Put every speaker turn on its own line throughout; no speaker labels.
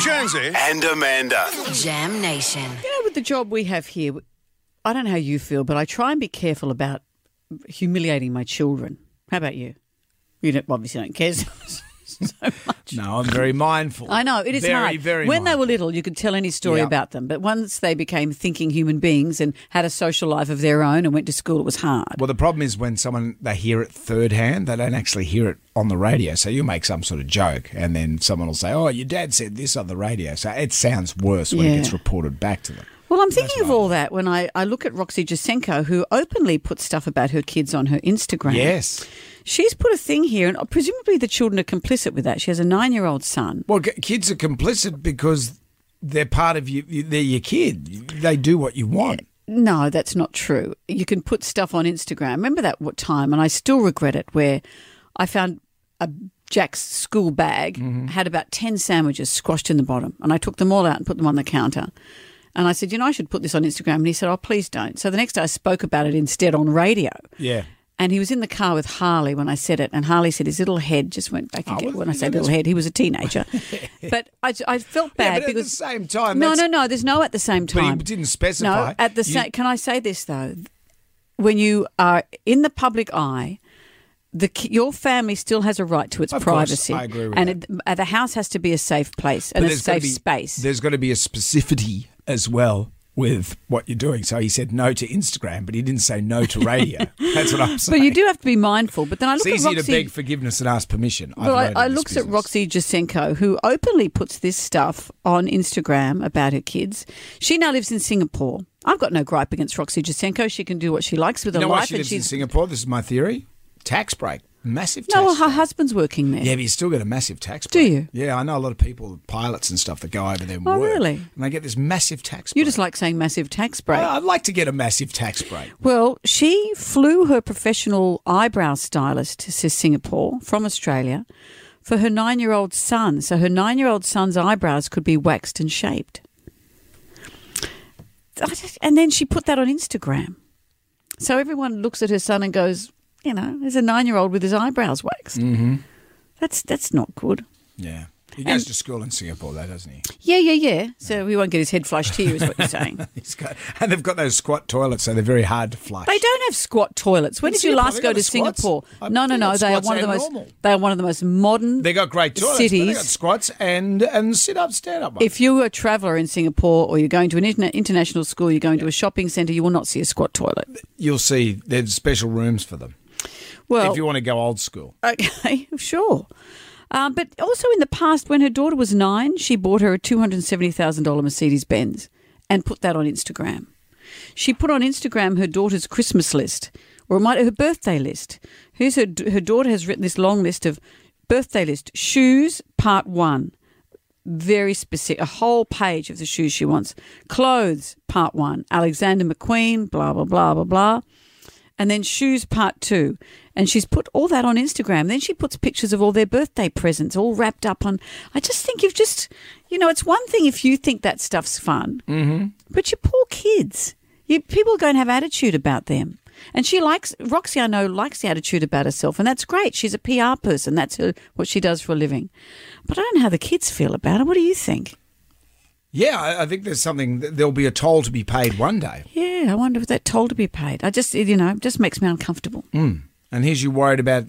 Jonesy.
and Amanda.
Jam Nation.
You know, with the job we have here, I don't know how you feel, but I try and be careful about humiliating my children. How about you? You don't, obviously don't care. So much.
No, I'm very mindful.
I know it is
very,
hard.
Very.
when they
mindful.
were little, you could tell any story
Yeah.
about them, but once they became thinking human beings and had a social life of their own and went to school, it was hard.
Well, the problem is when someone they hear it third hand, they don't actually hear it on the radio. So you make some sort of joke, and then someone will say, "Oh, your dad said this on the radio." So it sounds worse when
Yeah.
it gets reported back to them.
Well, I'm thinking of all that when I, I look at Roxy Jasenko, who openly puts stuff about her kids on her Instagram.
Yes.
She's put a thing here, and presumably the children are complicit with that. She has a nine year old son.
Well, g- kids are complicit because they're part of you. you- They're your kid. They do what you want.
No, that's not true. You can put stuff on Instagram. Remember that what time, and I still regret it, where I found a Jack's school bag
Mm-hmm.
had about 10 sandwiches squashed in the bottom, and I took them all out and put them on the counter. And I said, You know, I should put this on Instagram. And he said, Oh, please don't. So the next day I spoke about it instead on radio.
Yeah.
And he was in the car with Harley when I said it, and Harley said his little head just went
Oh,
back again. When I say little head, he was a teenager, but I, I felt
Yeah,
bad
but at the
because
same time,
No,
that's-
no, no. There's no at the same
he
time.
didn't specify.
No, at the
You-
same. Can I say this though? When you are in the public eye. The, ki- your family still has a right to its
Of course,
privacy,
I agree with
and it- uh, the house has to be a safe place and a
there's gotta
safe
be-
space.
There's got to be a specificity as well with what you're doing. So he said no to Instagram, but he didn't say no to radio. That's what I'm saying.
but you do have to be mindful. But then I
It's
look at
easy
Roxy,
to beg forgiveness and ask permission. I've
Well, I,
learned in
I
this
looked at
business.
Roxy Jasenko, who openly puts this stuff on Instagram about her kids. She now lives in Singapore. I've got no gripe against Roxy Jasenko. She can do what she likes with
You
her
know why
life,
she lives in
she's
Singapore? This is my theory. Tax break, massive tax.
no. Well, her
break.
husband's working there.
Yeah, but you still get a massive tax
Do
break.
you?
Yeah, I know a lot of people, pilots and stuff, that go over there and
Oh,
work.
really?
And they get this massive tax break.
you just like saying massive tax break.
I'd like to get a massive tax break.
Well, she flew her professional eyebrow stylist to Singapore from Australia for her nine year old son. So her nine year old son's eyebrows could be waxed and shaped. I just- And then she put that on Instagram. So everyone looks at her son and goes, you know, there's a nine year old with his eyebrows waxed. Mm-hmm. That's, that's not good.
Yeah. He goes to school in Singapore, though, doesn't he?
Yeah, yeah, yeah. So he won't get his head flushed here, is what you're saying.
He's got, and they've got those squat toilets, so they're very hard to flush.
They don't have squat toilets. When
In
did you
Singapore,
last
they got
go to
the squats.
Singapore?
I
No, no,
thought
no.
the
They are
squats
one of
are
the most.
normal.
They are one of the most modern.
They got great toilets. but They got
cities.
squats and and sit up, stand up.
If you are a traveller in Singapore, or you're going to an interna- international school, you're going to a shopping centre, you will not see a squat toilet.
You'll see there's special rooms for them
Well,
if you want to go old school.
okay, sure. Um, but also in the past, when her daughter was nine, she bought her a two hundred seventy thousand dollar Mercedes Benz and put that on Instagram. She put on Instagram her daughter's Christmas list, or it might her birthday list. Here's her her daughter has written this long list of birthday list shoes part one, very specific, a whole page of the shoes she wants. Clothes part one, Alexander McQueen, blah blah blah blah blah and then shoes part two. And she's put all that on Instagram. Then she puts pictures of all their birthday presents, all wrapped up on. I just think you've just, you know, it's one thing if you think that stuff's fun, mm-hmm. but your poor kids, you, people are going to have attitude about them. And she likes Roxy. I know likes the attitude about herself, and that's great. She's a PR person. That's her, what she does for a living. But I don't know how the kids feel about it. What do you think?
Yeah, I, I think there's something. There'll be a toll to be paid one day.
Yeah, I wonder if that toll to be paid. I just, you know, it just makes me uncomfortable.
And here's you worried about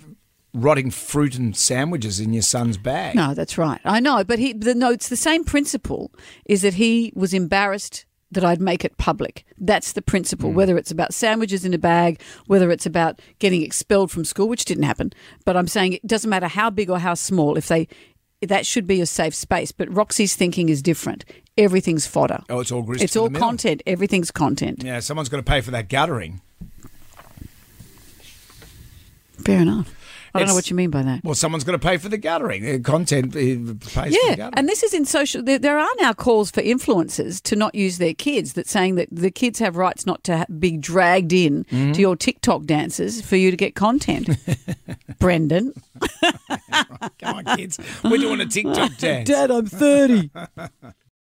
rotting fruit and sandwiches in your son's bag.
No, that's right. I know, but he the no, it's the same principle is that he was embarrassed that I'd make it public. That's the
Hmm.
principle. Whether it's about sandwiches in a bag, whether it's about getting expelled from school, which didn't happen, but I'm saying it doesn't matter how big or how small. If they that should be a safe space. But Roxy's thinking is different. Everything's fodder.
Oh, it's all grist.
it's
for the
all
mill.
content. Everything's content.
Yeah, someone's got to pay for that guttering.
Fair enough. I don't know
It's-
what you mean by that.
Well, someone's got to pay for the guttering. The content eh, pays for the
Yeah,
guttering.
and this is in social. There, there are now calls for influencers to not use their kids. That saying that the kids have rights not to ha- be dragged in to your TikTok dances for you to get content. Brendan,
Come on, kids. We're doing a TikTok dance.
Dad, I'm thirty.